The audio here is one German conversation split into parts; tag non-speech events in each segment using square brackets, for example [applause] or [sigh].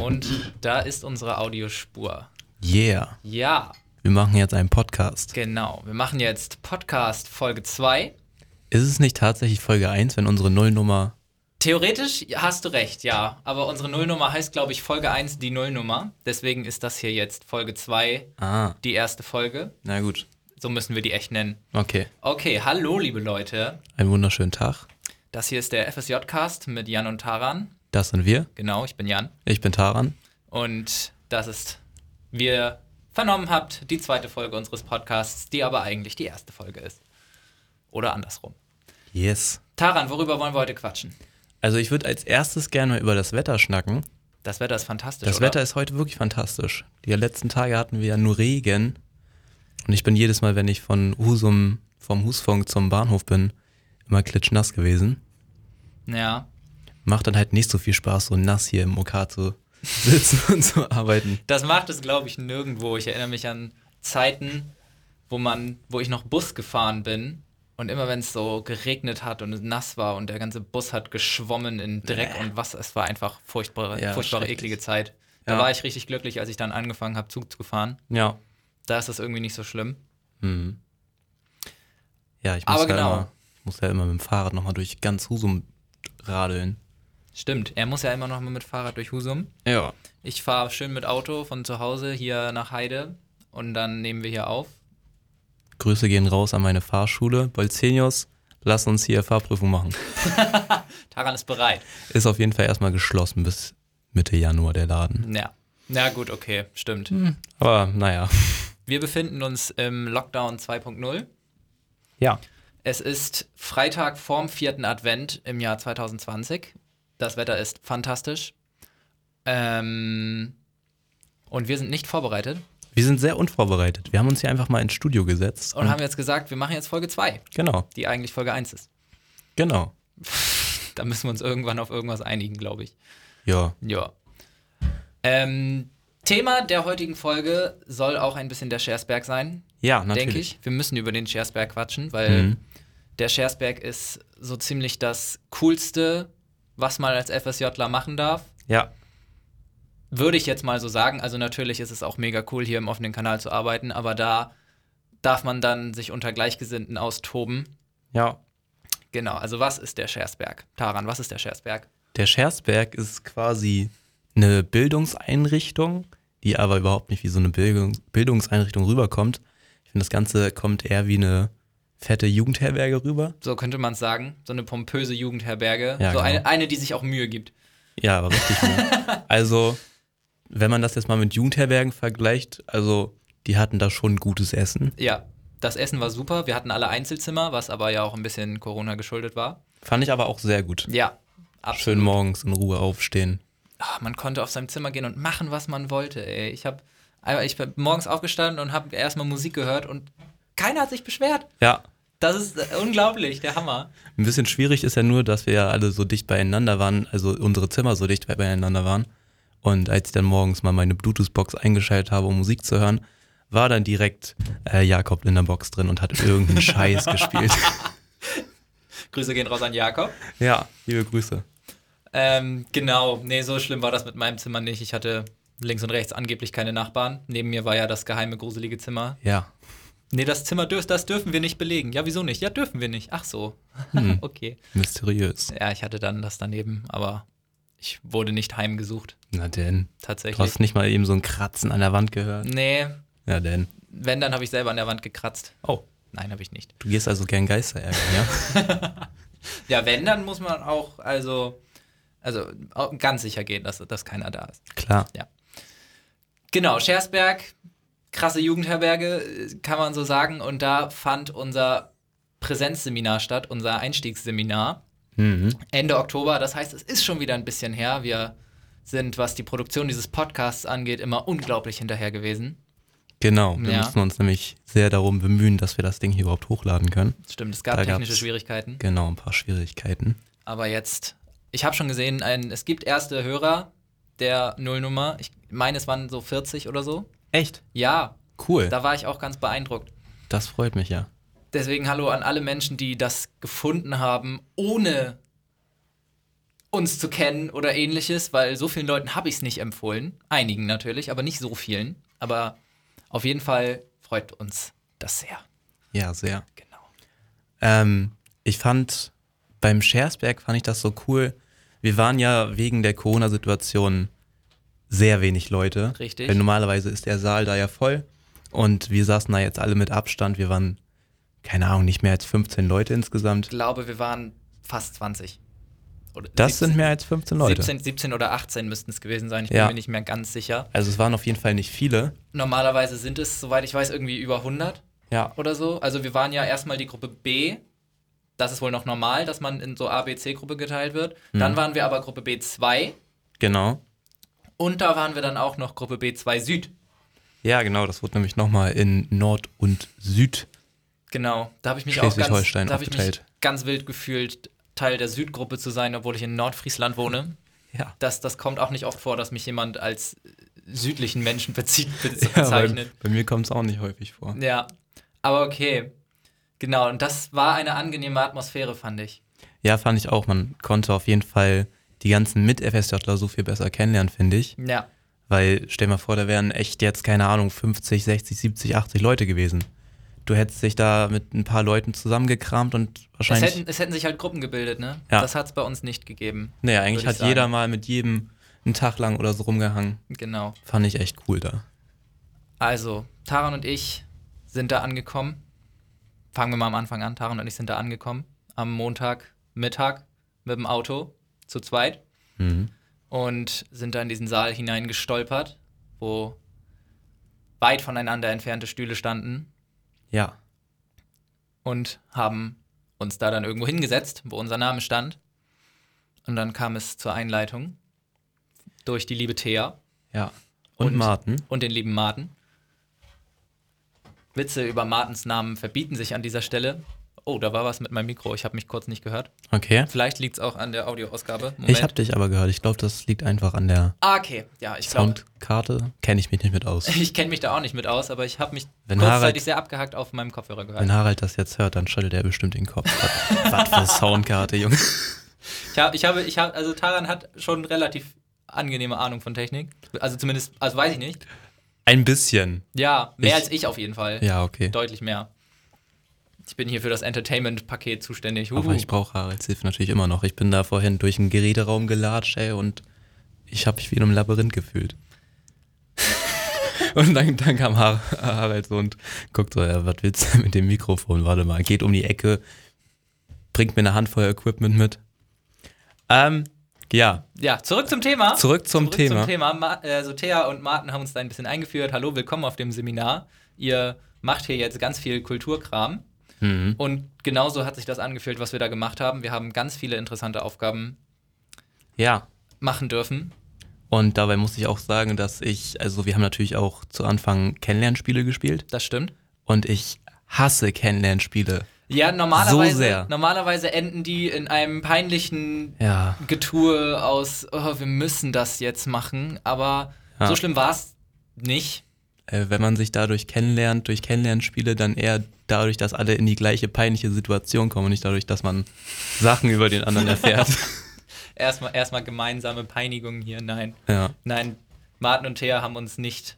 Und da ist unsere Audiospur. Yeah. Ja, Wir machen jetzt einen Podcast. genau. Wir machen jetzt Podcast Folge 2. Ist es nicht tatsächlich Folge 1, wenn unsere Nullnummer. Theoretisch hast du recht, ja. Aber unsere Nullnummer heißt, glaube ich, Folge 1 die Nullnummer. Deswegen ist das hier jetzt Folge 2 Ah, die erste Folge. na gut. So müssen wir die echt nennen. Okay. Okay, hallo, liebe Leute. Einen wunderschönen Tag. Das hier ist der FSJ-Cast mit Jan und Taran. Das sind wir. Genau, ich bin Jan. Ich bin Taran. Und das ist, wie ihr vernommen habt, die zweite Folge unseres Podcasts, die aber eigentlich die erste Folge ist. Oder andersrum. Yes. Taran, worüber wollen wir heute quatschen? Also, ich würde als erstes gerne mal über das Wetter schnacken. Das Wetter ist fantastisch. Das oder? Wetter ist heute wirklich fantastisch. Die letzten Tage hatten wir ja nur Regen. Und ich bin jedes Mal, wenn ich von Husum, vom Husfunk zum Bahnhof bin, immer klitschnass gewesen. Ja. Macht dann halt nicht so viel Spaß, so nass hier im OK zu sitzen [laughs] und zu arbeiten. Das macht es, glaube ich, nirgendwo. Ich erinnere mich an Zeiten, wo man, wo ich noch Bus gefahren bin. Und immer wenn es so geregnet hat und es nass war und der ganze Bus hat geschwommen in Dreck und Wasser, es war einfach furchtbare, Ja, furchtbare schrecklich. eklige Zeit. Da Ja. war ich richtig glücklich, als ich dann angefangen habe, Zug zu fahren. Ja. Da ist das irgendwie nicht so schlimm. Hm. Ja, ich muss, Aber ja genau. immer, ich muss ja immer mit dem Fahrrad nochmal durch ganz Husum radeln. Stimmt, er muss ja immer noch mal mit Fahrrad durch Husum. Ja. Ich fahre schön mit Auto von zu Hause hier nach Heide und dann nehmen wir hier auf. Grüße gehen raus an meine Fahrschule. Bolzenius, lass uns hier Fahrprüfung machen. Taran ist bereit. Ist auf jeden Fall erstmal geschlossen bis Mitte Januar der Laden. Ja. Na gut, okay, stimmt. Aber naja. Wir befinden uns im Lockdown 2.0. Ja. Es ist Freitag vorm vierten Advent im Jahr 2020. Das Wetter ist fantastisch. Ähm, und wir sind nicht vorbereitet Wir sind sehr unvorbereitet. Wir haben uns hier einfach mal ins Studio gesetzt. und haben jetzt gesagt, wir machen jetzt Folge 2, genau, die eigentlich Folge 1 ist. genau. Da müssen wir uns irgendwann auf irgendwas einigen, glaube ich. Ja. Ja. Ähm, Thema der heutigen Folge soll auch ein bisschen der Schersberg sein, Ja, natürlich. denke ich. Wir müssen über den Schersberg quatschen, weil Mhm. der Schersberg ist so ziemlich das Coolste, was man als FSJler machen darf. Ja. Würde ich jetzt mal so sagen. Also natürlich ist es auch mega cool, hier im offenen Kanal zu arbeiten, aber da darf man dann sich unter Gleichgesinnten austoben. Ja. Genau, also was ist der Schersberg? Taran, was ist der Schersberg? Der Schersberg ist quasi eine Bildungseinrichtung, die aber überhaupt nicht wie so eine Bildung, Bildungseinrichtung rüberkommt. Ich finde, das Ganze kommt eher wie eine fette Jugendherberge rüber. So könnte man es sagen. So eine pompöse Jugendherberge. Ja, so genau. eine, eine, die sich auch Mühe gibt. Ja, aber richtig. ne? also, wenn man das jetzt mal mit Jugendherbergen vergleicht, also die hatten da schon gutes Essen. Ja, das Essen war super. Wir hatten alle Einzelzimmer, was aber ja auch ein bisschen Corona geschuldet war. Fand ich aber auch sehr gut. Ja, absolut. Schön morgens in Ruhe aufstehen. Ah, man konnte auf seinem Zimmer gehen und machen, was man wollte. Ey. Ich habe ich bin morgens aufgestanden und habe erstmal Musik gehört und keiner hat sich beschwert. Ja, Das ist äh, unglaublich, der Hammer. Ein bisschen schwierig ist ja nur, dass wir ja alle so dicht beieinander waren, also unsere Zimmer so dicht beieinander waren. Und als ich dann morgens mal meine Bluetooth-Box eingeschaltet habe, um Musik zu hören, war dann direkt äh, Jakob in der Box drin und hat [laughs] irgendeinen Scheiß gespielt. Grüße gehen raus an Jakob. Ja, liebe Grüße. Ähm, genau, nee, so schlimm war das mit meinem Zimmer nicht. Ich hatte links und rechts angeblich keine Nachbarn. Neben mir war ja das geheime, gruselige Zimmer. Ja. Nee, das Zimmer dürf, das dürfen wir nicht belegen. Ja, wieso nicht? Ja, dürfen wir nicht. Ach so. [laughs] okay. Mysteriös. Ja, ich hatte dann das daneben, aber ich wurde nicht heimgesucht, Na denn. Du tatsächlich. hast nicht mal eben so ein Kratzen an der Wand gehört. Nee, Ja denn. wenn, dann habe ich selber an der Wand gekratzt. Oh, Nein, habe ich nicht. du gehst also gern Geister ärgern, [laughs] ja? Ja, wenn, dann muss man auch, also, also auch ganz sicher gehen, dass, dass keiner da ist. Klar. Genau, Schersberg, krasse Jugendherberge, äh, kann man so sagen. Und da fand unser Präsenzseminar statt, unser Einstiegsseminar. Mhm. Ende Oktober. Das heißt, es ist schon wieder ein bisschen her. Wir sind, was die Produktion dieses Podcasts angeht, immer unglaublich hinterher gewesen. Genau. Wir Ja. müssen uns nämlich sehr darum bemühen, dass wir das Ding hier überhaupt hochladen können. Stimmt, es gab Da technische gab's- Schwierigkeiten. Genau, ein paar Schwierigkeiten. Aber jetzt, ich habe schon gesehen, ein, es gibt erste Hörer der Nullnummer. Ich meine, es waren so 40 oder so. Echt? Ja, Cool. da war ich auch ganz beeindruckt. Das freut mich ja. Deswegen hallo an alle Menschen, die das gefunden haben, ohne uns zu kennen oder ähnliches, weil so vielen Leuten habe ich es nicht empfohlen. Einigen natürlich, aber nicht so vielen. Aber auf jeden Fall freut uns das sehr. Ja, sehr. Genau. Ähm, ich fand beim Schersberg fand ich das so cool. Wir waren ja wegen der Corona-Situation sehr wenig Leute. Richtig. Weil normalerweise ist der Saal da ja voll. Und wir saßen da jetzt alle mit Abstand. Wir waren, keine Ahnung, nicht mehr als 15 Leute Ich insgesamt. glaube, wir waren fast 20. Oder Das 17 sind mehr als 15 Leute. 17, 17 oder 18 müssten es gewesen sein. Ich Ja. bin mir nicht mehr ganz sicher. Also es waren auf jeden Fall nicht viele. Normalerweise sind es, soweit ich weiß, irgendwie über 100 Ja. oder so. Also wir waren ja erstmal die Gruppe B. Das ist wohl noch normal, dass man in so A, B, C-Gruppe geteilt wird. Mhm. Dann waren wir aber Gruppe B2 Genau. und da waren wir dann auch noch Gruppe B2 Süd. Ja, genau. Das wurde nämlich nochmal in Nord und Süd. Genau, da habe ich mich auch ganz, Schleswig-Holstein da hab ich mich aufgeteilt. ganz wild gefühlt, Teil der Südgruppe zu sein, obwohl ich in Nordfriesland wohne. [laughs] Ja. Das, das kommt auch nicht oft vor, dass mich jemand als südlichen Menschen [laughs] bezieht, ja bei, bezeichnet. bei mir kommt es auch nicht häufig vor. Ja, aber okay. Genau, und das war eine angenehme Atmosphäre, fand ich. Ja, fand ich auch. Man konnte auf jeden Fall die ganzen Mit-FSJler so viel besser kennenlernen, finde ich. Ja, Weil, stell mal vor, da wären echt jetzt, keine Ahnung, 50, 60, 70, 80 Leute gewesen. Du hättest dich da mit ein paar Leuten zusammengekramt und es wahrscheinlich. hätten, es hätten sich halt Gruppen gebildet, ne? Ja. Das hat es bei uns nicht gegeben. Naja, würd eigentlich ich hat sagen. jeder mal mit jedem einen Tag lang oder so rumgehangen. Genau. Fand ich echt cool da. Also, Taran und ich sind da angekommen. Fangen wir mal am Anfang an. Taran und ich sind da angekommen. Am Montag Mittag mit dem Auto zu zweit Mhm. und sind da in diesen Saal hineingestolpert, wo weit voneinander entfernte Stühle standen Ja. und haben uns da dann irgendwo hingesetzt, wo unser Name stand. Und dann kam es zur Einleitung durch die liebe Thea. Ja. Und, Und- Martin. und den lieben Martin. Witze über Martins Namen verbieten sich an dieser Stelle. Oh, da war was mit meinem Mikro. Ich habe mich kurz nicht gehört. Okay. Vielleicht liegt es auch an der Audioausgabe. Moment. Ich hab dich aber gehört. Ich glaube, das liegt einfach an der ah, okay. Ja, ich glaube, Soundkarte. Kenne ich mich nicht mit [laughs] aus. ich kenne mich da auch nicht mit aus, aber ich habe mich Wenn kurzzeitig Harald- sehr abgehackt auf meinem Kopfhörer Wenn gehört. Harald das jetzt hört, dann schüttelt er bestimmt den Kopf. Was für Soundkarte, Junge. Ich, hab, ich habe, ich habe, also Taran hat schon relativ angenehme Ahnung von Technik. Also zumindest, also weiß ich nicht. Ein bisschen. Ja, mehr Ich- als ich auf jeden Fall. Ja, okay. Deutlich mehr. Ich bin hier für das Entertainment-Paket zuständig. Aber Huhu. ich brauche Haralds Hilfe natürlich immer noch. Ich bin da vorhin durch einen Geräteraum gelatscht, ey, und ich habe mich wie in einem Labyrinth gefühlt. [laughs] und dann, dann kam Har Harald so und guckt so, ja, was willst du mit dem Mikrofon? Warte mal, geht um die Ecke, bringt mir eine Handvoll Equipment mit. Ähm, ja, Ja, zurück zum Thema. zurück zum Zurück Thema. zum Thema. Ma äh, so Thea und Martin haben uns da ein bisschen eingeführt. Hallo, willkommen auf dem Seminar. Ihr macht hier jetzt ganz viel Kulturkram. Mhm. Und genauso hat sich das angefühlt, was wir da gemacht haben. Wir haben ganz viele interessante Aufgaben Ja, machen dürfen. und dabei muss ich auch sagen, dass ich, also wir haben natürlich auch zu Anfang Kennenlernspiele gespielt Das stimmt. und ich hasse Kennenlernspiele. Ja, normalerweise, So sehr. normalerweise enden die in einem peinlichen Ja, Getue aus, oh, wir müssen das jetzt machen. Aber Ja. so schlimm war es nicht. äh, wenn man sich dadurch kennenlernt, durch Kennenlernspiele, dann eher dadurch, dass alle in die gleiche peinliche Situation kommen und nicht dadurch, dass man Sachen über den anderen erfährt. Erstmal erstmal gemeinsame Peinigungen hier. Nein. ja. Nein, Martin und Thea haben uns nicht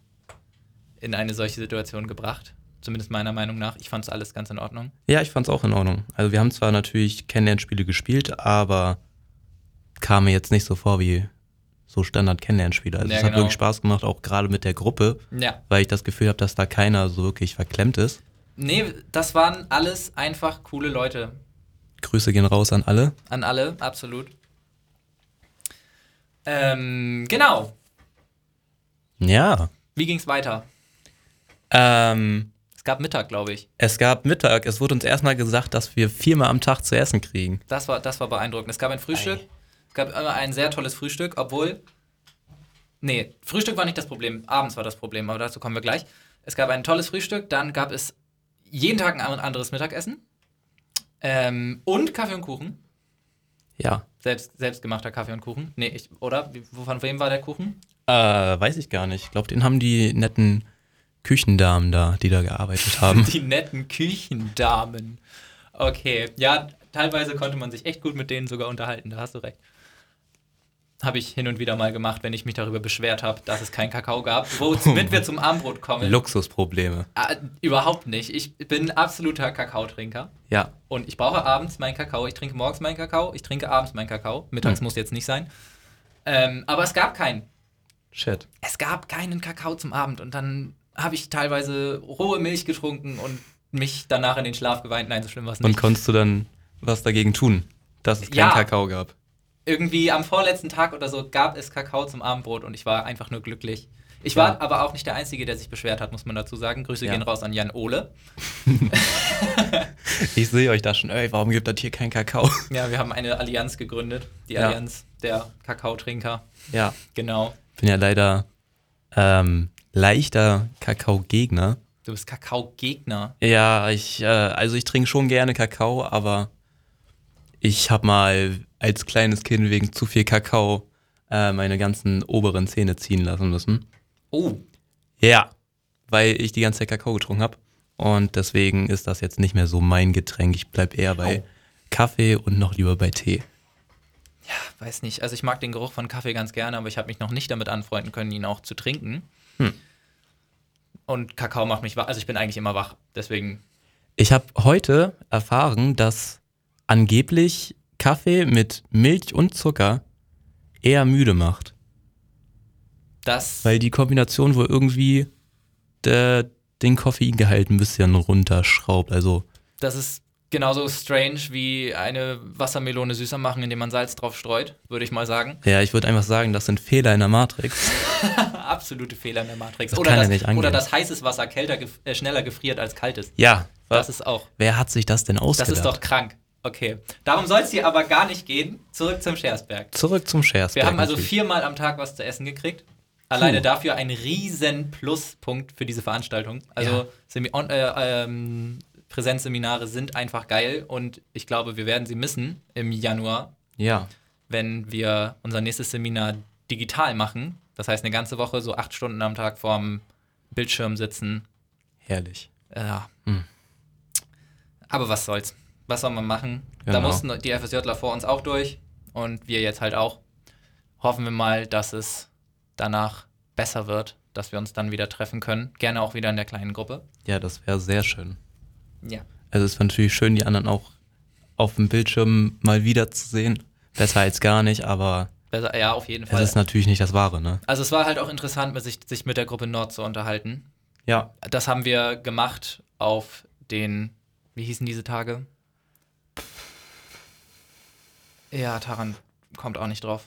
in eine solche Situation gebracht. Zumindest meiner Meinung nach. Ich fand es alles ganz in Ordnung. ja, ich fand's auch in Ordnung. Also wir haben zwar natürlich Kennenlernspiele gespielt, aber kam mir jetzt nicht so vor wie so Standard-Kennenlernspiele. Also Ja, es hat genau. wirklich Spaß gemacht, auch gerade mit der Gruppe, Ja. weil ich das Gefühl habe, dass da keiner so wirklich verklemmt ist. Nee, das waren alles einfach coole Leute. Grüße gehen raus an alle. An alle, absolut. Ähm, genau. Ja. Wie ging's weiter? Ähm, Es gab Mittag, glaube ich. es gab Mittag, es wurde uns erstmal gesagt, dass wir viermal am Tag zu essen kriegen. Das war, das war beeindruckend. Es gab ein Frühstück. Ei. Es gab immer ein sehr tolles Frühstück, obwohl. Nee, Frühstück war nicht das Problem. Abends war das Problem, aber dazu kommen wir gleich. Es gab ein tolles Frühstück, dann gab es jeden Tag ein anderes Mittagessen. Ähm, und Kaffee und Kuchen. Ja. Selbst, selbstgemachter Kaffee und Kuchen. Nee, ich, oder? Wie- Wovon wem war der Kuchen? Äh, weiß ich gar nicht. Ich glaube, den haben die netten Küchendamen da, [laughs] die da gearbeitet haben. [laughs] Die netten Küchendamen. Okay, ja, teilweise konnte man sich echt gut mit denen sogar unterhalten, da hast du recht. Habe ich hin und wieder mal gemacht, wenn ich mich darüber beschwert habe, dass es keinen Kakao gab. Womit wir zum Armbrot kommen. Luxusprobleme. Ah, überhaupt nicht. Ich bin absoluter Kakaotrinker. Ja. Und ich brauche abends meinen Kakao. Ich trinke morgens meinen Kakao. Ich trinke abends meinen Kakao. Mittags muss jetzt nicht sein. Ähm, aber es gab keinen. Shit. Es gab keinen Kakao zum Abend. Und dann habe ich teilweise rohe Milch getrunken und mich danach in den Schlaf geweint. Nein, so schlimm war es Und nicht. konntest du dann was dagegen tun, dass es keinen Ja. Kakao gab? Irgendwie am vorletzten Tag oder so gab es Kakao zum Abendbrot und ich war einfach nur glücklich. Ich war aber auch nicht der Einzige, der sich beschwert hat, muss man dazu sagen. Grüße Ja. gehen raus an Jan Ole. Ich sehe euch da schon, ey, warum gibt das hier keinen Kakao? Ja, wir haben eine Allianz gegründet. Die Ja. Allianz der Kakaotrinker. Ja. Genau. Bin ja leider ähm, leichter Kakao-Gegner. Du bist Kakao-Gegner. Ja, ich, äh, also ich trinke schon gerne Kakao, aber ich habe mal als kleines Kind wegen zu viel Kakao äh, meine ganzen oberen Zähne ziehen lassen müssen. Oh, Ja, weil ich die ganze Zeit Kakao getrunken habe. Und deswegen ist das jetzt nicht mehr so mein Getränk. Ich bleib eher bei Au. Kaffee und noch lieber bei Tee. weiß nicht. Also ich mag den Geruch von Kaffee ganz gerne, aber ich habe mich noch nicht damit anfreunden können, ihn auch zu trinken. Hm. Und Kakao macht mich wach. Also ich bin eigentlich immer wach. Deswegen, Ich habe heute erfahren, dass angeblich Kaffee mit Milch und Zucker eher müde macht. das Weil die Kombination wohl irgendwie der, den Koffeingehalt ein bisschen runterschraubt. Also, Das ist genauso strange wie eine Wassermelone süßer machen, indem man Salz drauf streut, würde ich mal sagen. [laughs] ja, ich würde einfach sagen, das sind Fehler in der Matrix. Absolute Fehler in der Matrix. Das Oder, kann ja dass, nicht angehen. oder dass heißes Wasser kälter gef äh, schneller gefriert als kaltes. Ja, Das was? ist auch. wer hat sich das denn Das ausgedacht? ist doch krank. Okay. Darum soll es dir aber gar nicht gehen. Zurück zum Schersberg. Zurück zum Scherzberg. Wir haben also natürlich. viermal am Tag was zu essen gekriegt. Alleine Puh. dafür ein riesen Pluspunkt für diese Veranstaltung. Also Ja. Semi on, äh, ähm, Präsenzseminare sind einfach geil und ich glaube, wir werden sie missen im Januar, Ja. wenn wir unser nächstes Seminar digital machen. Das heißt, eine ganze Woche so acht Stunden am Tag vorm Bildschirm sitzen. Herrlich. Äh, Ja. Hm. Aber was soll's? Was soll man machen? Da Genau. mussten die FSJler vor uns auch durch und wir jetzt halt auch. Hoffen wir mal, dass es danach besser wird, dass wir uns dann wieder treffen können. Gerne auch wieder in der kleinen Gruppe. Ja, das wäre sehr schön. Ja. Also es war natürlich schön, die anderen auch auf dem Bildschirm mal wieder zu sehen. Besser als gar nicht, aber Besser, ja, auf jeden es Fall. ist natürlich nicht das Wahre, ne? Also es war halt auch interessant, mit sich, sich mit der Gruppe Nord zu unterhalten. Ja. Das haben wir gemacht auf den, wie hießen diese Tage? Ja, Taran kommt auch nicht drauf.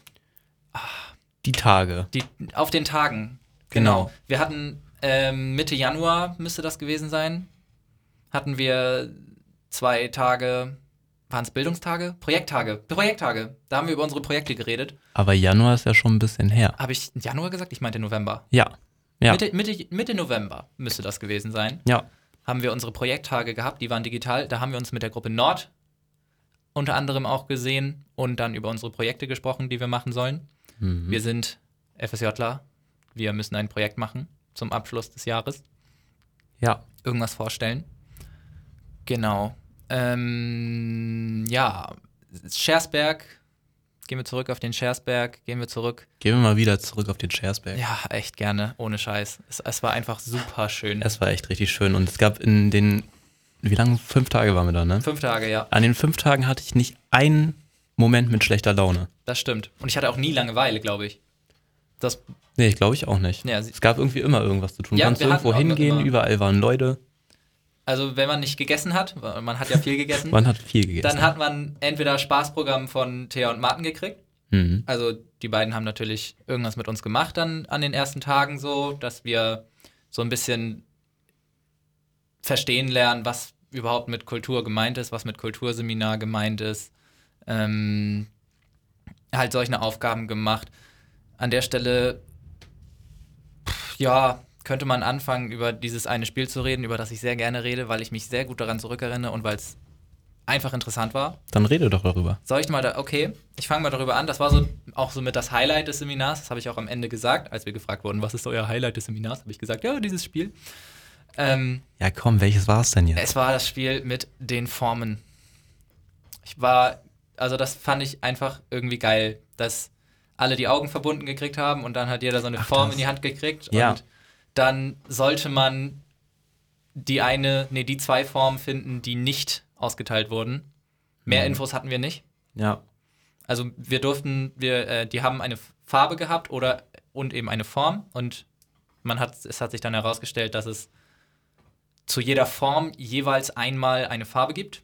Die Tage. Die, auf den Tagen. Genau. Wir hatten ähm, Mitte Januar, müsste das gewesen sein, hatten wir zwei Tage, waren es Bildungstage? Projekttage. Projekttage. Da haben wir über unsere Projekte geredet. Aber Januar ist ja schon ein bisschen her. Habe ich Januar gesagt? Ich meinte November. Ja. Ja. Mitte, Mitte, Mitte November müsste das gewesen sein. Ja. Haben wir unsere Projekttage gehabt, die waren digital. Da haben wir uns mit der Gruppe Nord unter anderem auch gesehen und dann über unsere Projekte gesprochen, die wir machen sollen. Mhm. Wir sind FSJler. Wir müssen ein Projekt machen zum Abschluss des Jahres. ja. Irgendwas vorstellen. Genau. Ähm, ja, Schersberg. Gehen wir zurück auf den Schersberg. Gehen wir zurück. Gehen wir mal wieder zurück auf den Scherzberg. Ja, echt gerne. Ohne Scheiß. Es, es war einfach super schön. Es war echt richtig schön und es gab in den, wie lange? Fünf Tage waren wir da, ne? Fünf Tage, ja. An den fünf Tagen hatte ich nicht einen Moment mit schlechter Laune. Das stimmt. Und ich hatte auch nie Langeweile, glaube ich. Das, Nee, ich glaube ich auch nicht. ja, sie- Es gab irgendwie immer irgendwas zu tun. Ja, Kannst du wir hatten irgendwo auch hingehen, immer- überall waren Leute. also, wenn man nicht gegessen hat, weil man hat ja viel gegessen, Man hat viel gegessen. dann hat man entweder Spaßprogramm von Thea und Martin gekriegt. mhm. Also die beiden haben natürlich irgendwas mit uns gemacht dann an den ersten Tagen so, dass wir so ein bisschen verstehen lernen, was überhaupt mit Kultur gemeint ist, was mit Kulturseminar gemeint ist. Ähm, halt solche Aufgaben gemacht. An der Stelle, pff, ja, könnte man anfangen, über dieses eine Spiel zu reden, über das ich sehr gerne rede, weil ich mich sehr gut daran zurückerinnere und weil es einfach interessant war. Dann rede doch darüber. Soll ich mal da, okay, ich fange mal darüber an. Das war so auch so mit das Highlight des Seminars. Das habe ich auch am Ende gesagt, als wir gefragt wurden, was ist euer Highlight des Seminars? Habe ich gesagt, ja, dieses Spiel. Ähm, Ja, komm, welches war es denn jetzt? es war das Spiel mit den Formen. Ich war, also das fand ich einfach irgendwie geil, dass alle die Augen verbunden gekriegt haben und dann hat jeder so eine Ach, Form das. in die Hand gekriegt. Ja. Und dann sollte man die eine, nee, die zwei Formen finden, die nicht ausgeteilt wurden. Mehr Mhm. Infos hatten wir nicht. Ja. Also wir durften, wir, äh, die haben eine Farbe gehabt oder und eben eine Form und man hat, es hat sich dann herausgestellt, dass es zu jeder Form jeweils einmal eine Farbe gibt.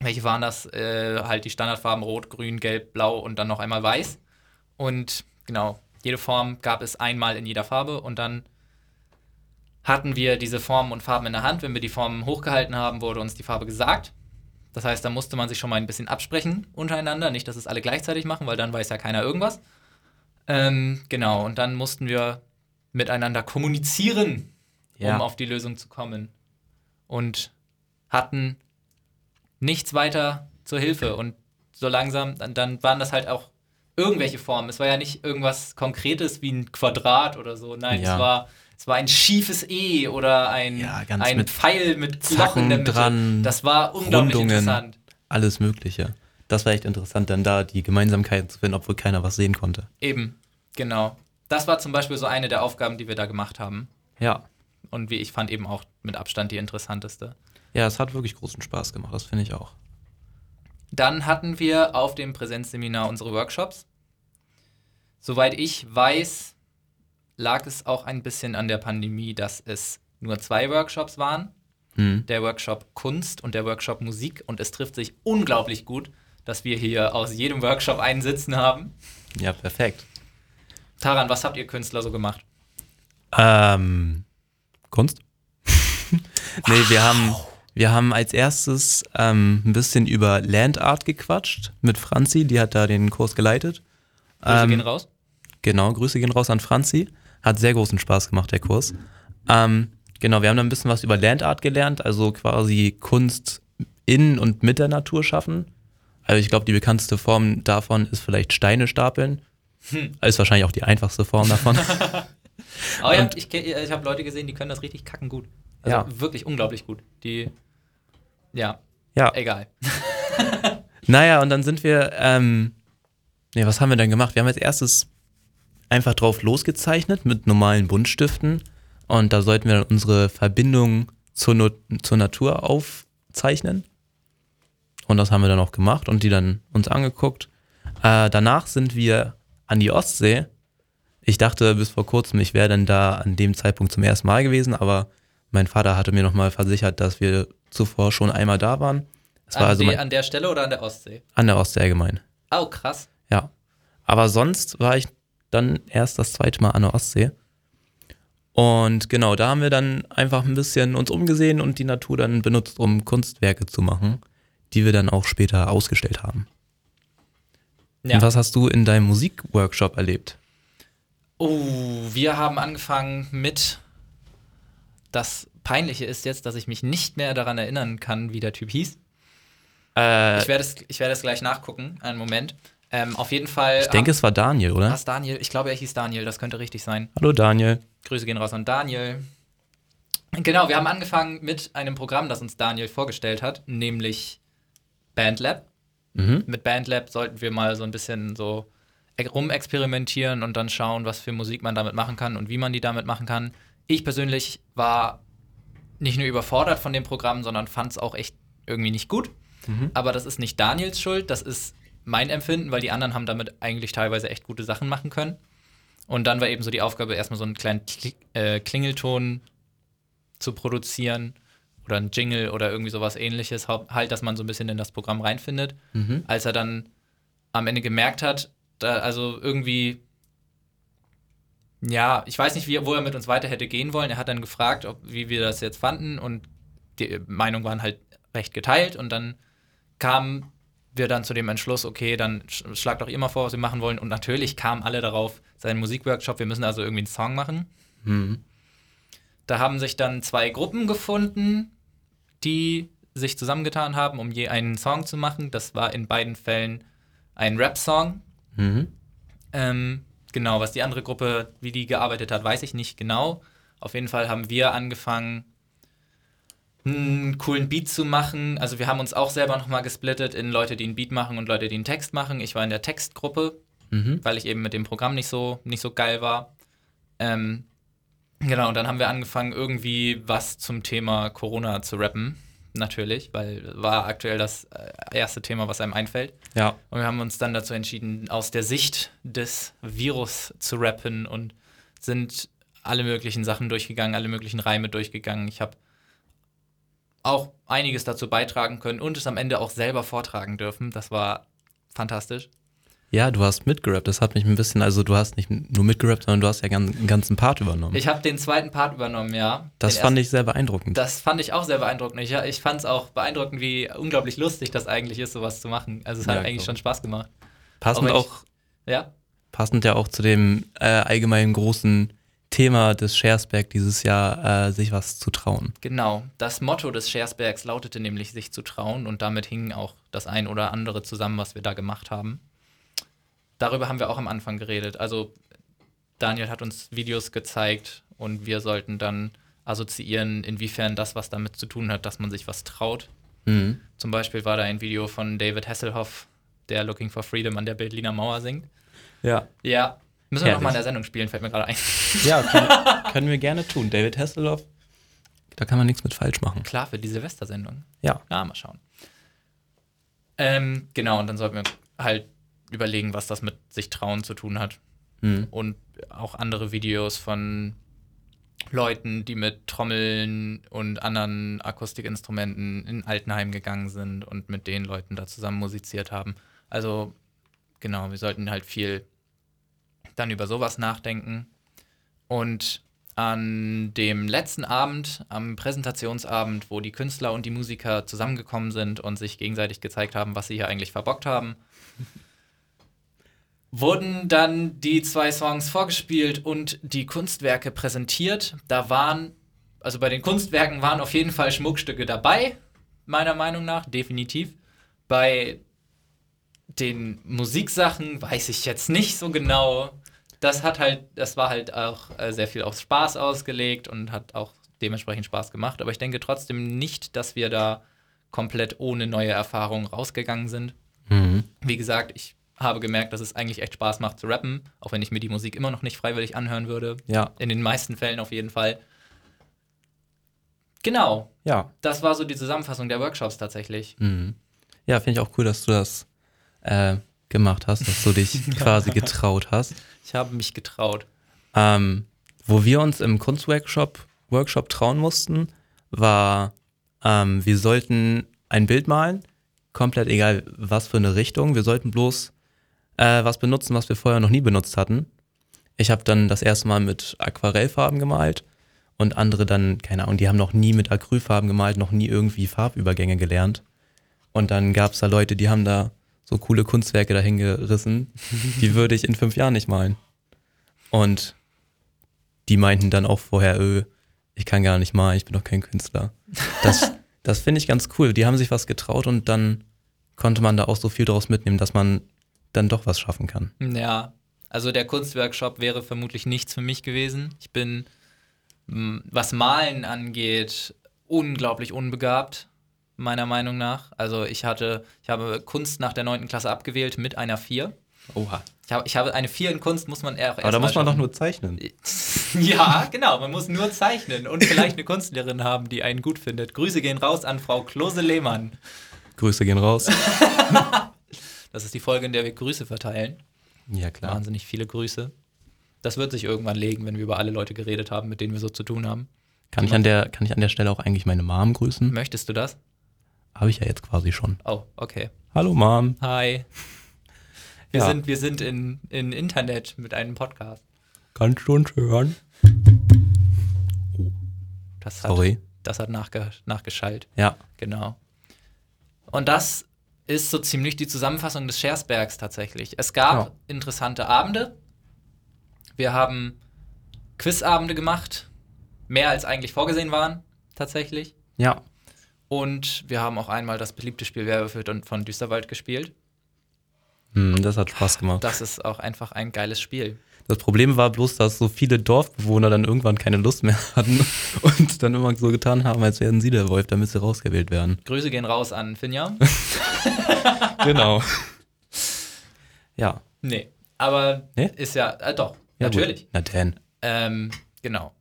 Welche waren das? Äh, halt die Standardfarben Rot, Grün, Gelb, Blau und dann noch einmal Weiß. Und genau, jede Form gab es einmal in jeder Farbe und dann hatten wir diese Formen und Farben in der Hand. Wenn wir die Formen hochgehalten haben, wurde uns die Farbe gesagt. Das heißt, da musste man sich schon mal ein bisschen absprechen untereinander. Nicht, dass es alle gleichzeitig machen, weil dann weiß ja keiner irgendwas. Ähm, genau, und dann mussten wir miteinander kommunizieren, Ja. um auf die Lösung zu kommen. Und hatten nichts weiter zur Hilfe. Und so langsam, dann, dann waren das halt auch irgendwelche Formen. Es war ja nicht irgendwas Konkretes wie ein Quadrat oder so. Nein, Ja. es, war, es war ein schiefes E oder ein, Ja, ganz ein mit Pfeil mit Loch in Zacken der Mitte. dran, das war unglaublich Rundungen. interessant. Alles Mögliche. Das war echt interessant, dann da die Gemeinsamkeiten zu finden, obwohl keiner was sehen konnte. Eben, genau. Das war zum Beispiel so eine der Aufgaben, die wir da gemacht haben. Ja. Und wie ich fand, eben auch mit Abstand die interessanteste. Ja, es hat wirklich großen Spaß gemacht, das finde ich auch. Dann hatten wir auf dem Präsenzseminar unsere Workshops. Soweit ich weiß, lag es auch ein bisschen an der Pandemie, dass es nur zwei Workshops waren. Hm. der Workshop Kunst und der Workshop Musik und es trifft sich unglaublich gut, dass wir hier aus jedem Workshop einen sitzen haben. Ja, perfekt. Taran, was habt ihr Künstler so gemacht? Ähm, [laughs] Kunst? nee, wir haben, wir haben als erstes ähm, ein bisschen über Landart gequatscht mit Franzi, die hat da den Kurs geleitet. Grüße Ähm, gehen raus. Genau, Grüße gehen raus an Franzi. Hat sehr großen Spaß gemacht, der Kurs. Ähm, genau, wir haben dann ein bisschen was über Landart gelernt, also quasi Kunst in und mit der Natur schaffen. Also ich glaube, die bekannteste Form davon ist vielleicht Steine stapeln. Hm. Ist wahrscheinlich auch die einfachste [laughs] Form davon. Oh ja, und- ich, ke- ich habe Leute gesehen, die können das richtig kacken gut. Also Ja. wirklich unglaublich gut. Die, ja, ja, egal. Naja, und dann sind wir, ähm, nee, was haben wir dann gemacht? Wir haben als erstes einfach drauf losgezeichnet mit normalen Buntstiften und da sollten wir dann unsere Verbindung zur, Nu- zur Natur aufzeichnen. Und das haben wir dann auch gemacht und die dann uns angeguckt. Äh, danach sind wir an die Ostsee. Ich dachte bis vor kurzem, ich wäre dann da an dem Zeitpunkt zum ersten Mal gewesen, aber mein Vater hatte mir nochmal versichert, dass wir zuvor schon einmal da waren. Es war an, also die, mein, an der Stelle oder an der Ostsee? an der Ostsee allgemein. Oh, krass. Ja. Aber sonst war ich dann erst das zweite Mal an der Ostsee. Und genau, da haben wir dann einfach ein bisschen uns umgesehen und die Natur dann benutzt, um Kunstwerke zu machen, die wir dann auch später ausgestellt haben. Ja. Und was hast du in deinem Musikworkshop erlebt? Oh, wir haben angefangen mit. Das Peinliche ist jetzt, dass ich mich nicht mehr daran erinnern kann, wie der Typ hieß. Äh, Ich werde es, ich werde es gleich nachgucken. Einen Moment. Ähm, auf jeden Fall. ich denke, es ne? war Daniel, oder? Was Daniel? Ich glaube, er hieß Daniel. Das könnte richtig sein. Hallo Daniel. Grüße gehen raus an Daniel. Genau, wir haben angefangen mit einem Programm, das uns Daniel vorgestellt hat, nämlich Bandlab. Mhm. Mit Bandlab sollten wir mal so ein bisschen so e- rumexperimentieren und dann schauen, was für Musik man damit machen kann und wie man die damit machen kann. Ich persönlich war nicht nur überfordert von dem Programm, sondern fand es auch echt irgendwie nicht gut. Mhm. Aber das ist nicht Daniels Schuld, das ist mein Empfinden, weil die anderen haben damit eigentlich teilweise echt gute Sachen machen können. Und dann war eben so die Aufgabe, erstmal so einen kleinen Kli äh, Klingelton zu produzieren oder einen Jingle oder irgendwie sowas ähnliches, hau- halt, dass man so ein bisschen in das Programm reinfindet. Mhm. Als er dann am Ende gemerkt hat, da, also irgendwie, ja, ich weiß nicht, wie, wo er mit uns weiter hätte gehen wollen. Er hat dann gefragt, ob, wie wir das jetzt fanden und die Meinungen waren halt recht geteilt und dann kamen wir dann zu dem Entschluss, okay, dann sch schlagt doch ihr mal vor, was wir machen wollen. Und natürlich kamen alle darauf, sein Musikworkshop, wir müssen also irgendwie einen Song machen. Mhm. Da haben sich dann zwei Gruppen gefunden, die sich zusammengetan haben, um je einen Song zu machen. Das war in beiden Fällen ein Rap-Song. Mhm. Ähm, genau, was die andere Gruppe, wie die gearbeitet hat, weiß ich nicht genau. Auf jeden Fall haben wir angefangen, einen coolen Beat zu machen. Also wir haben uns auch selber nochmal gesplittet in Leute, die einen Beat machen und Leute, die einen Text machen. Ich war in der Textgruppe Mhm. weil ich eben mit dem Programm nicht so, nicht so geil war. Ähm, genau, und dann haben wir angefangen, irgendwie was zum Thema Corona zu rappen. Natürlich, weil war aktuell das äh, erste Thema, was einem einfällt. Ja. Und wir haben uns dann dazu entschieden, aus der Sicht des Virus zu rappen und sind alle möglichen Sachen durchgegangen, alle möglichen Reime durchgegangen. Ich habe auch einiges dazu beitragen können und es am Ende auch selber vortragen dürfen. Das war fantastisch. Ja, du hast mitgerappt. Das hat mich ein bisschen, also du hast nicht nur mitgerappt, sondern du hast ja gan- einen ganzen Part übernommen. Ich habe den zweiten Part übernommen, ja. das den fand ich sehr beeindruckend. Das fand ich auch sehr beeindruckend. Ich, ich fand es auch beeindruckend, wie unglaublich lustig das eigentlich ist, sowas zu machen. Also es Ja, hat eigentlich glaub schon Spaß gemacht. passend auch wenn ich- auch, Ja, passend ja auch zu dem äh, allgemeinen großen Thema des Schersberg dieses Jahr, äh, sich was zu trauen. genau. Das Motto des Schersbergs lautete nämlich, sich zu trauen und damit hing auch das ein oder andere zusammen, was wir da gemacht haben. Darüber haben wir auch am Anfang geredet. Also Daniel hat uns Videos gezeigt und wir sollten dann assoziieren, inwiefern das, was damit zu tun hat, dass man sich was traut. Mhm. Zum Beispiel war da ein Video von David Hasselhoff, der Looking for Freedom an der Berliner Mauer singt. Ja. Ja. Müssen wir Herrlich. nochmal in der Sendung spielen, fällt mir gerade ein. [laughs] Ja, [laughs] können, können wir gerne tun. David Hasselhoff, da kann man nichts mit falsch machen. Klar, für die Silvestersendung. Ja. Ja, mal schauen. Ähm, genau, und dann sollten wir halt überlegen, was das mit sich trauen zu tun hat. Mhm. Und auch andere Videos von Leuten, die mit Trommeln und anderen Akustikinstrumenten in Altenheim gegangen sind und mit den Leuten da zusammen musiziert haben. Also, genau, wir sollten halt viel dann über sowas nachdenken. Und an dem letzten Abend, am Präsentationsabend, wo die Künstler und die Musiker zusammengekommen sind und sich gegenseitig gezeigt haben, was sie hier eigentlich verbockt haben, wurden dann die zwei Songs vorgespielt und die Kunstwerke präsentiert. Da waren, also bei den Kunstwerken waren auf jeden Fall Schmuckstücke dabei, meiner Meinung nach, definitiv. Bei den Musiksachen weiß ich jetzt nicht so genau. Das hat halt, das war halt auch äh, sehr viel auf Spaß ausgelegt und hat auch dementsprechend Spaß gemacht. Aber ich denke trotzdem nicht, dass wir da komplett ohne neue Erfahrungen rausgegangen sind. Mhm. Wie gesagt, ich habe gemerkt, dass es eigentlich echt Spaß macht zu rappen, auch wenn ich mir die Musik immer noch nicht freiwillig anhören würde. Ja, In den meisten Fällen auf jeden Fall. Genau, ja. das war so die Zusammenfassung der Workshops tatsächlich. Mhm. Ja, finde ich auch cool, dass du das äh, gemacht hast, dass du [laughs] dich quasi getraut hast. Ich habe mich getraut. Ähm, wo wir uns im Kunstworkshop Workshop trauen mussten, war, ähm, wir sollten ein Bild malen, komplett egal was für eine Richtung. Wir sollten bloß äh, was benutzen, was wir vorher noch nie benutzt hatten. Ich habe dann das erste Mal mit Aquarellfarben gemalt und andere dann, keine Ahnung, die haben noch nie mit Acrylfarben gemalt, noch nie irgendwie Farbübergänge gelernt. Und dann gab es da Leute, die haben da so coole Kunstwerke dahin gerissen, die würde ich in fünf Jahren nicht malen. Und die meinten dann auch vorher, öh, ich kann gar nicht malen, ich bin doch kein Künstler. Das, das finde ich ganz cool. Die haben sich was getraut und dann konnte man da auch so viel draus mitnehmen, dass man dann doch was schaffen kann. Ja, also der Kunstworkshop wäre vermutlich nichts für mich gewesen. Ich bin, m, was Malen angeht, unglaublich unbegabt, meiner Meinung nach. Also ich hatte, ich habe Kunst nach der 9. Klasse abgewählt mit einer 4. Oha. Ich habe, ich habe eine 4 in Kunst, muss man eher auch Aber da erstmal muss man doch schaffen. nur zeichnen. [laughs] Ja, genau, man muss nur zeichnen und vielleicht eine Kunstlehrerin haben, die einen gut findet. Grüße gehen raus an Frau Klose Lehmann. Grüße gehen raus. Das ist die Folge, in der wir Grüße verteilen. Ja, klar. Wahnsinnig viele Grüße. Das wird sich irgendwann legen, wenn wir über alle Leute geredet haben, mit denen wir so zu tun haben. Kann ich, an der, kann ich an der Stelle auch eigentlich meine Mom grüßen? Möchtest du das? Habe ich ja jetzt quasi schon. Oh, okay. Hallo Mom. Hi. Wir Ja. sind, wir sind in, in Internet mit einem Podcast. Kannst du uns hören? Das hat, Sorry. Das hat nachge, nachgeschallt. Ja. Genau. Und das ist so ziemlich die Zusammenfassung des Schersbergs tatsächlich. Es gab Ja. interessante Abende. Wir haben Quizabende gemacht. Mehr als eigentlich vorgesehen waren, tatsächlich. Ja. Und wir haben auch einmal das beliebte Spiel Werbe für Don- von Düsterwald gespielt. Hm, das hat Spaß gemacht. Das ist auch einfach ein geiles Spiel. Das Problem war bloß, dass so viele Dorfbewohner dann irgendwann keine Lust mehr [laughs] hatten und dann immer so getan haben, als wären sie der Wolf, damit sie rausgewählt werden. Grüße gehen raus [laughs] an Finja. Genau. ja. nee. aber Nee? ist ja, äh, doch, Ja, gut. natürlich. Na denn. Ähm, genau.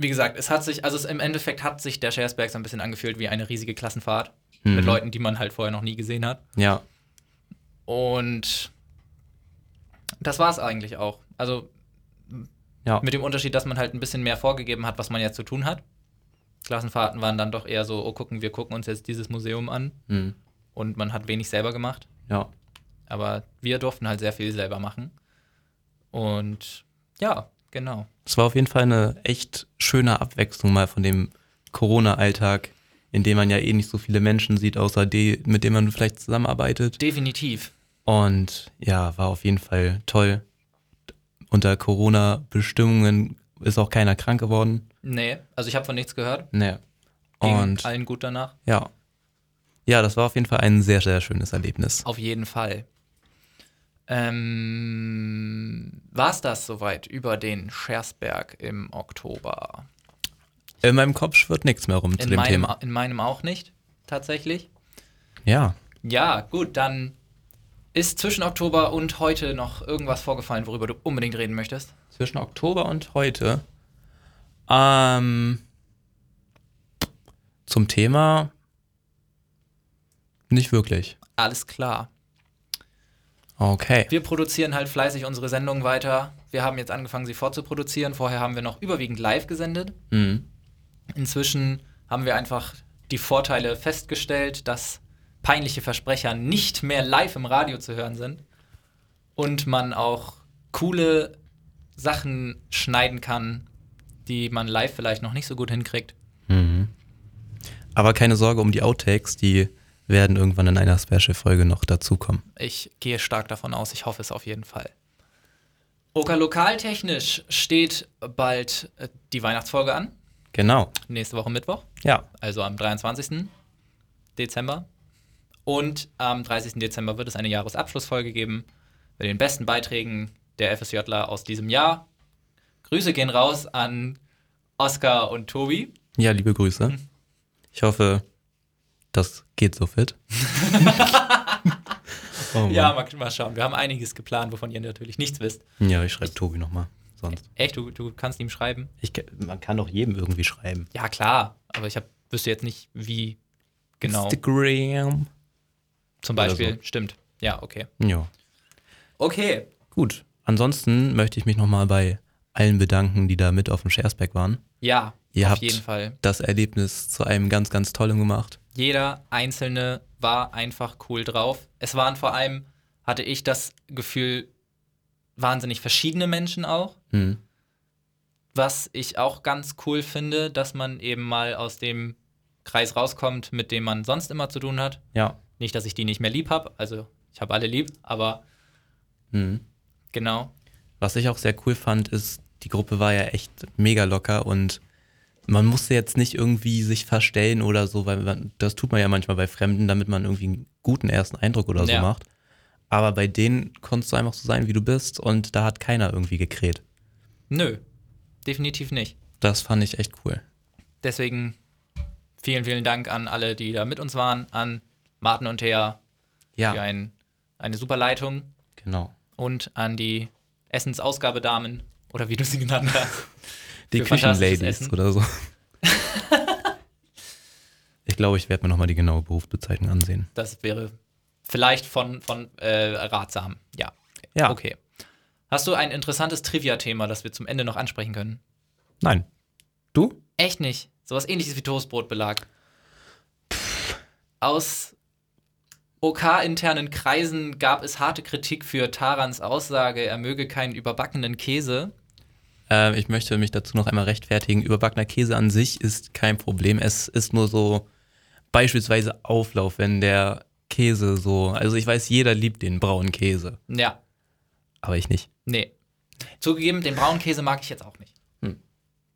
Wie gesagt, es hat sich, also es, im Endeffekt hat sich der Schersberg so ein bisschen angefühlt wie eine riesige Klassenfahrt Mhm. mit Leuten, die man halt vorher noch nie gesehen hat. Ja. Und das war es eigentlich auch. Also Ja. mit dem Unterschied, dass man halt ein bisschen mehr vorgegeben hat, was man jetzt zu tun hat. Klassenfahrten waren dann doch eher so, oh gucken, wir gucken uns jetzt dieses Museum an Mhm. und man hat wenig selber gemacht. Ja. Aber wir durften halt sehr viel selber machen. Und ja, genau. Es war auf jeden Fall eine echt schöne Abwechslung mal von dem Corona-Alltag, in dem man ja eh nicht so viele Menschen sieht, außer die, mit denen man vielleicht zusammenarbeitet. Definitiv. Und ja, war auf jeden Fall toll. Unter Corona-Bestimmungen ist auch keiner krank geworden. Nee, also ich habe von nichts gehört. Nee. Ging Und allen gut danach. ja. Ja, das war auf jeden Fall ein sehr, sehr schönes Erlebnis. Auf jeden Fall. Ähm, War es das soweit über den Schersberg im Oktober? In meinem Kopf schwirrt nichts mehr rum zu In dem meinem, Thema. in meinem auch nicht, tatsächlich. Ja. Ja, gut, dann ist zwischen Oktober und heute noch irgendwas vorgefallen, worüber du unbedingt reden möchtest? zwischen Oktober und heute. Ähm, zum Thema nicht wirklich. Alles klar. Okay. Wir produzieren halt fleißig unsere Sendungen weiter. Wir haben jetzt angefangen, sie vorzuproduzieren. Vorher haben wir noch überwiegend live gesendet. Mhm. Inzwischen haben wir einfach die Vorteile festgestellt, dass peinliche Versprecher nicht mehr live im Radio zu hören sind und man auch coole Sachen schneiden kann, die man live vielleicht noch nicht so gut hinkriegt. Aber keine Sorge um die Outtakes, die werden irgendwann in einer Special-Folge noch dazukommen. Ich gehe stark davon aus, ich hoffe es auf jeden Fall. Oka lokaltechnisch steht bald äh, die Weihnachtsfolge an, Genau. nächste Woche Mittwoch. Ja. also am 23. Dezember. Und am 30. Dezember wird es eine Jahresabschlussfolge geben mit den besten Beiträgen der FSJler aus diesem Jahr. Grüße gehen raus an Oskar und Tobi. Ja, liebe Grüße. Ich hoffe, das geht so fit. [laughs] oh Mann. Ja, mal, mal schauen. Wir haben einiges geplant, wovon ihr natürlich nichts wisst. ja, ich schreibe Tobi nochmal. Sonst. Echt, du, du kannst ihm schreiben? Ich, ke- man kann doch jedem irgendwie schreiben. Ja, klar. Aber ich hab, wüsste jetzt nicht, wie genau. Instagram. Zum Oder Beispiel. Stimmt. Ja, okay. Ja. Okay. Gut. Ansonsten möchte ich mich nochmal bei allen bedanken, die da mit auf dem Sharesback waren. Ja, Ihr auf habt- jeden Fall. Das Erlebnis zu einem ganz, ganz tollen gemacht. Jeder einzelne war einfach cool drauf. Es waren vor allem, hatte ich das Gefühl, wahnsinnig verschiedene Menschen auch. Mhm. Was ich auch ganz cool finde, dass man eben mal aus dem Kreis rauskommt, mit dem man sonst immer zu tun hat. Ja. Nicht, dass ich die nicht mehr lieb habe, also ich habe alle lieb, aber Mhm. genau. Was ich auch sehr cool fand, ist, die Gruppe war ja echt mega locker und man musste jetzt nicht irgendwie sich verstellen oder so, weil man, das tut man ja manchmal bei Fremden, damit man irgendwie einen guten ersten Eindruck oder so Ja. macht. Aber bei denen konntest du einfach so sein, wie du bist und da hat keiner irgendwie gekräht. Nö, definitiv nicht. Das fand ich echt cool. Deswegen vielen, vielen Dank an alle, die da mit uns waren, an Martin und Thea für Ja, ein, eine super Leitung. genau. und an die Essensausgabedamen oder wie du sie genannt hast. Die für fantastisches Küchenladies Essen. [laughs] oder so. ich glaube, ich werde mir nochmal die genaue Berufsbezeichnung ansehen. Das wäre vielleicht von, von äh, ratsam. Ja. Ja. Okay. Hast du ein interessantes Trivia-Thema, das wir zum Ende noch ansprechen können? Nein. Du? Echt nicht. Sowas ähnliches wie Toastbrotbelag. Aus OK-internen Kreisen gab es harte Kritik für Tarans Aussage, er möge keinen überbackenen Käse. Ähm, ich möchte mich dazu noch einmal rechtfertigen. Überbackener Käse an sich ist kein Problem. Es ist nur so beispielsweise Auflauf, wenn der Käse so. Also ich weiß, jeder liebt den braunen Käse, Ja, aber ich nicht. Nee. Zugegeben, den braunen Käse mag ich jetzt auch nicht. Hm.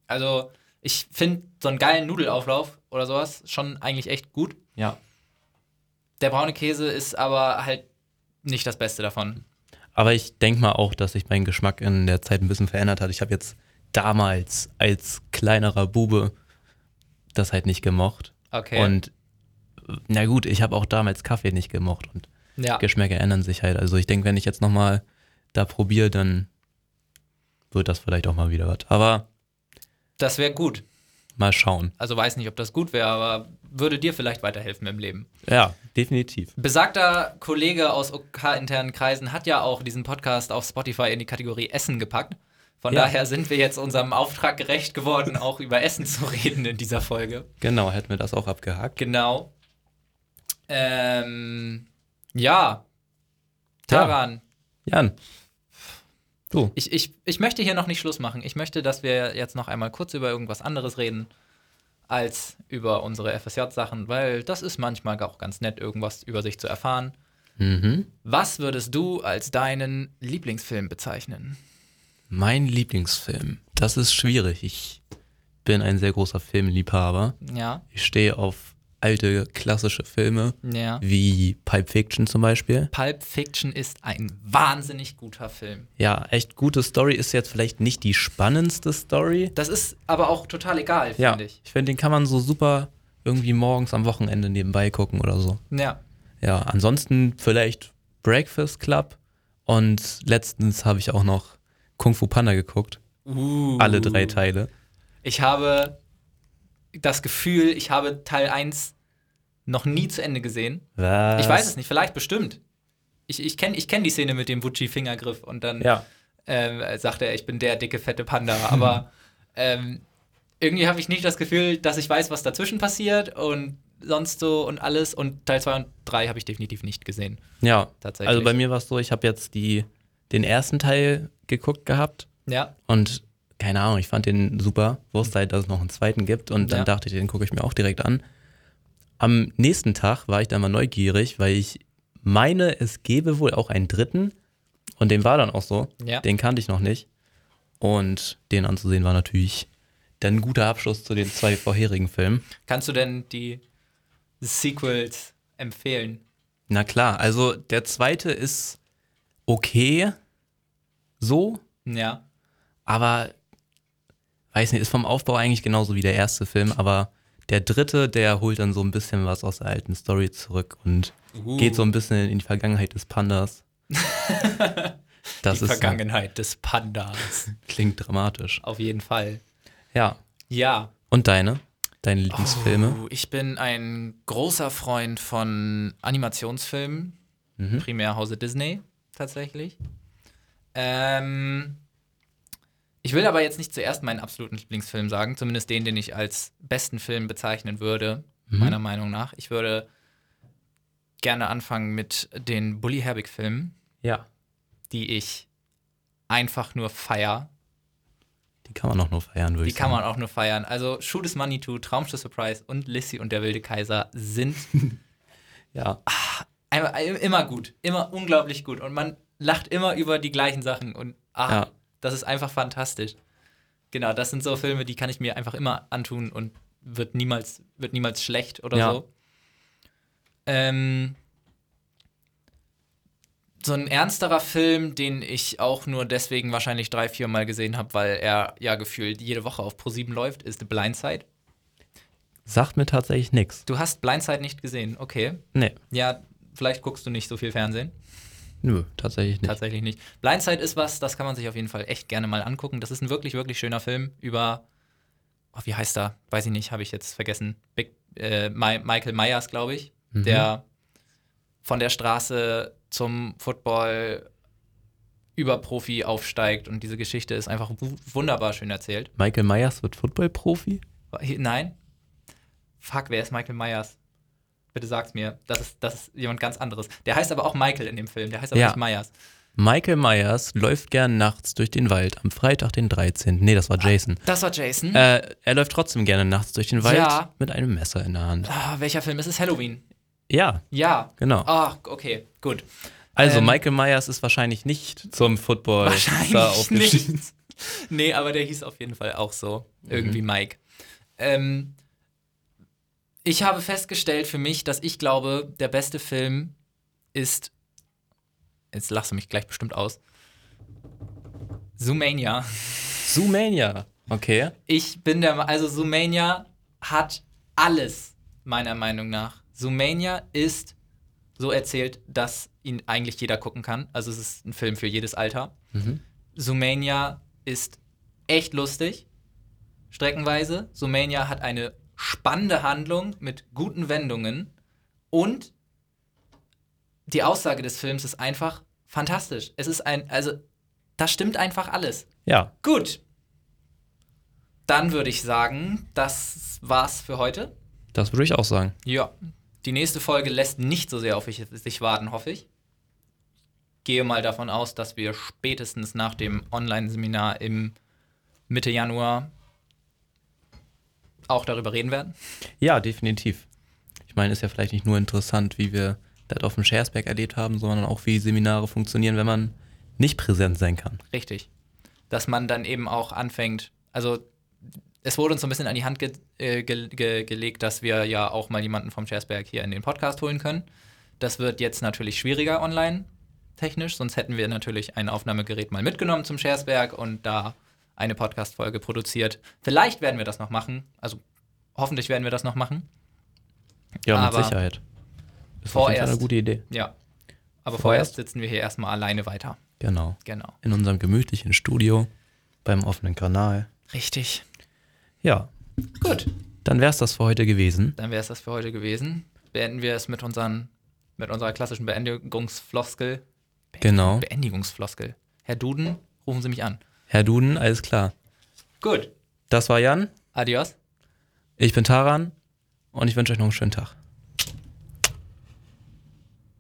Also, ich finde so einen geilen Nudelauflauf oder sowas schon eigentlich echt gut. Ja. Der braune Käse ist aber halt nicht das Beste davon. Aber ich denke mal auch, dass sich mein Geschmack in der Zeit ein bisschen verändert hat. Ich habe jetzt damals als kleinerer Bube das halt nicht gemocht. Okay. Und na gut, ich habe auch damals Kaffee nicht gemocht und Ja. Geschmäcker ändern sich halt. Also ich denke, wenn ich jetzt nochmal da probiere, dann wird das vielleicht auch mal wieder was. Aber Das wäre gut. mal schauen. Also weiß nicht, ob das gut wäre, aber würde dir vielleicht weiterhelfen im Leben. Ja, definitiv. Besagter Kollege aus OK-internen Kreisen hat ja auch diesen Podcast auf Spotify in die Kategorie Essen gepackt. Von Ja. daher sind wir jetzt unserem Auftrag gerecht geworden, auch über Essen zu reden in dieser Folge. Genau, hätten wir das auch abgehakt. Genau. Ähm, ja. Taran, Jan. Du. ich, ich, ich möchte hier noch nicht Schluss machen. Ich möchte, dass wir jetzt noch einmal kurz über irgendwas anderes reden als über unsere FSJ-Sachen, weil das ist manchmal auch ganz nett, irgendwas über sich zu erfahren. Mhm. Was würdest du als deinen Lieblingsfilm bezeichnen? Mein Lieblingsfilm. Das ist schwierig. Ich bin ein sehr großer Filmliebhaber. Ja, Ich stehe auf alte klassische Filme, ja. wie Pipe Fiction zum Beispiel. Pulp Fiction ist ein wahnsinnig guter Film. Ja, echt gute Story ist jetzt vielleicht nicht die spannendste Story. Das ist aber auch total egal, Ja, finde ich. ich finde, den kann man so super irgendwie morgens am Wochenende nebenbei gucken oder so. Ja. Ja, ansonsten vielleicht Breakfast Club und letztens habe ich auch noch Kung Fu Panda geguckt. Uh. Alle drei Teile. Ich habe das Gefühl, ich habe Teil 1 noch nie zu Ende gesehen. Was? Ich weiß es nicht, vielleicht bestimmt. Ich, ich kenne ich kenn die Szene mit dem Wutschi-Fingergriff und dann Ja. ähm, sagt er, ich bin der dicke, fette Panda. [laughs] Aber ähm, irgendwie habe ich nicht das Gefühl, dass ich weiß, was dazwischen passiert und sonst so und alles. Und Teil 2 und 3 habe ich definitiv nicht gesehen. Ja, Tatsächlich. Also bei mir war es so, ich habe jetzt die, den ersten Teil geguckt gehabt Ja, und keine Ahnung, ich fand den super, wusste halt, dass es noch einen zweiten gibt und dann Ja. dachte ich, den gucke ich mir auch direkt an. Am nächsten Tag war ich dann mal neugierig, weil ich meine, es gäbe wohl auch einen dritten und den war dann auch so. Ja. Den kannte ich noch nicht und den anzusehen war natürlich dann ein guter Abschluss zu den zwei vorherigen Filmen. kannst du denn die Sequels empfehlen? Na klar, also der zweite ist okay so, Ja. aber weiß nicht, ist vom Aufbau eigentlich genauso wie der erste Film, aber der dritte, der holt dann so ein bisschen was aus der alten Story zurück und Uh, geht so ein bisschen in die Vergangenheit [laughs] des Pandas. das die ist halt, Vergangenheit des Pandas. klingt [laughs] dramatisch. Auf jeden Fall. Ja. Ja. Und deine? Deine Lieblingsfilme? Oh, ich bin ein großer Freund von Animationsfilmen, Mhm. primär Hause Disney tatsächlich. Ähm, ich will aber jetzt nicht zuerst meinen absoluten Lieblingsfilm sagen, zumindest den, den ich als besten Film bezeichnen würde, Mhm. meiner Meinung nach. Ich würde gerne anfangen mit den Bully Herbig-Filmen, Ja. die ich einfach nur feier. Die kann man auch nur feiern, würde Die ich kann sagen. man auch nur feiern. Also Shoot is Money 2, Traumschiff Surprise und Lissy und der wilde Kaiser sind Ja. Einmal, äh, immer gut, immer unglaublich gut. Und man lacht immer über die gleichen Sachen. Und ah, Ja. das ist einfach fantastisch. Genau, das sind so Filme, die kann ich mir einfach immer antun und wird niemals, wird niemals schlecht oder Ja. so. Ähm, so ein ernsterer Film, den ich auch nur deswegen wahrscheinlich drei, vier Mal gesehen habe, weil er ja gefühlt jede Woche auf Pro7 läuft, ist Blindside. Sagt mir tatsächlich nichts. Du hast Blindside nicht gesehen, okay. Nee. Ja, vielleicht guckst du nicht so viel Fernsehen. Nö, tatsächlich nicht. Tatsächlich nicht. Blindside ist was, das kann man sich auf jeden Fall echt gerne mal angucken. Das ist ein wirklich, wirklich schöner Film über, oh, wie heißt er? Weiß ich nicht, habe ich jetzt vergessen. Big, äh, Mi- Michael Myers, glaube ich, Mhm. der von der Straße zum Football über Profi aufsteigt und diese Geschichte ist einfach wu- wunderbar schön erzählt. Michael Myers wird Footballprofi? Nein? Fuck, wer ist Michael Myers? Bitte sag's mir. Das ist, das ist jemand ganz anderes. Der heißt aber auch Michael in dem Film. Der heißt aber Ja. nicht Myers. Michael Myers läuft gern nachts durch den Wald am Freitag, den 13. Nee, das war Ah. Jason. Das war Jason. Äh, er läuft trotzdem gerne nachts durch den Wald Ja. mit einem Messer in der Hand. Ah, welcher Film? Es ist Halloween. Ja, Ja. genau. Ah, okay, gut. Also ähm, Michael Myers ist wahrscheinlich nicht zum Football da Wahrscheinlich aufgestiegen. nicht. [laughs] Nee, aber der hieß auf jeden Fall auch so. Irgendwie Mike. Ähm, ich habe festgestellt für mich, dass ich glaube, der beste Film ist. Jetzt lachst du mich gleich bestimmt aus. Zoomania. Zoomania. Okay. Ich bin der, also Zoomania hat alles, meiner Meinung nach. Zoomania ist so erzählt, dass ihn eigentlich jeder gucken kann. Also es ist ein Film für jedes Alter. Mhm. Sumania ist echt lustig, streckenweise. Sumania hat eine spannende Handlung mit guten Wendungen und die Aussage des Films ist einfach fantastisch. Es ist ein, also da stimmt einfach alles. Ja, Gut. Dann würde ich sagen, das war's für heute. das würde ich auch sagen. Ja. Die nächste Folge lässt nicht so sehr auf ich- sich warten, hoffe ich. Gehe mal davon aus, dass wir spätestens nach dem Online-Seminar im Mitte Januar auch darüber reden werden. Ja, definitiv. Ich meine, ist ja vielleicht nicht nur interessant, wie wir das auf dem Schersberg erlebt haben, sondern auch, wie Seminare funktionieren, wenn man nicht präsent sein kann. Richtig. Dass man dann eben auch anfängt, also es wurde uns so ein bisschen an die Hand ge äh, ge ge gelegt, dass wir ja auch mal jemanden vom Scherzberg hier in den Podcast holen können. Das wird jetzt natürlich schwieriger online technisch, sonst hätten wir natürlich ein Aufnahmegerät mal mitgenommen zum Scherzberg und da eine Podcast-Folge produziert. Vielleicht werden wir das noch machen, also hoffentlich werden wir das noch machen. Ja, Aber mit Sicherheit. Ist auf jeden Fall vorerst- eine gute Idee. Ja. Aber Vorerst- vorerst sitzen wir hier erstmal alleine weiter. Genau. Genau. In unserem gemütlichen Studio, beim offenen Kanal. Richtig. Ja, Gut. dann wäre es das für heute gewesen. Dann wäre es das für heute gewesen. Beenden wir es mit, unseren, mit unserer klassischen Beendigungsfloskel. Genau. Beendigungsfloskel. Herr Duden, rufen Sie mich an. Herr Duden, alles klar. Gut. Das war Jan, Adios. ich bin Taran und ich wünsche euch noch einen schönen Tag.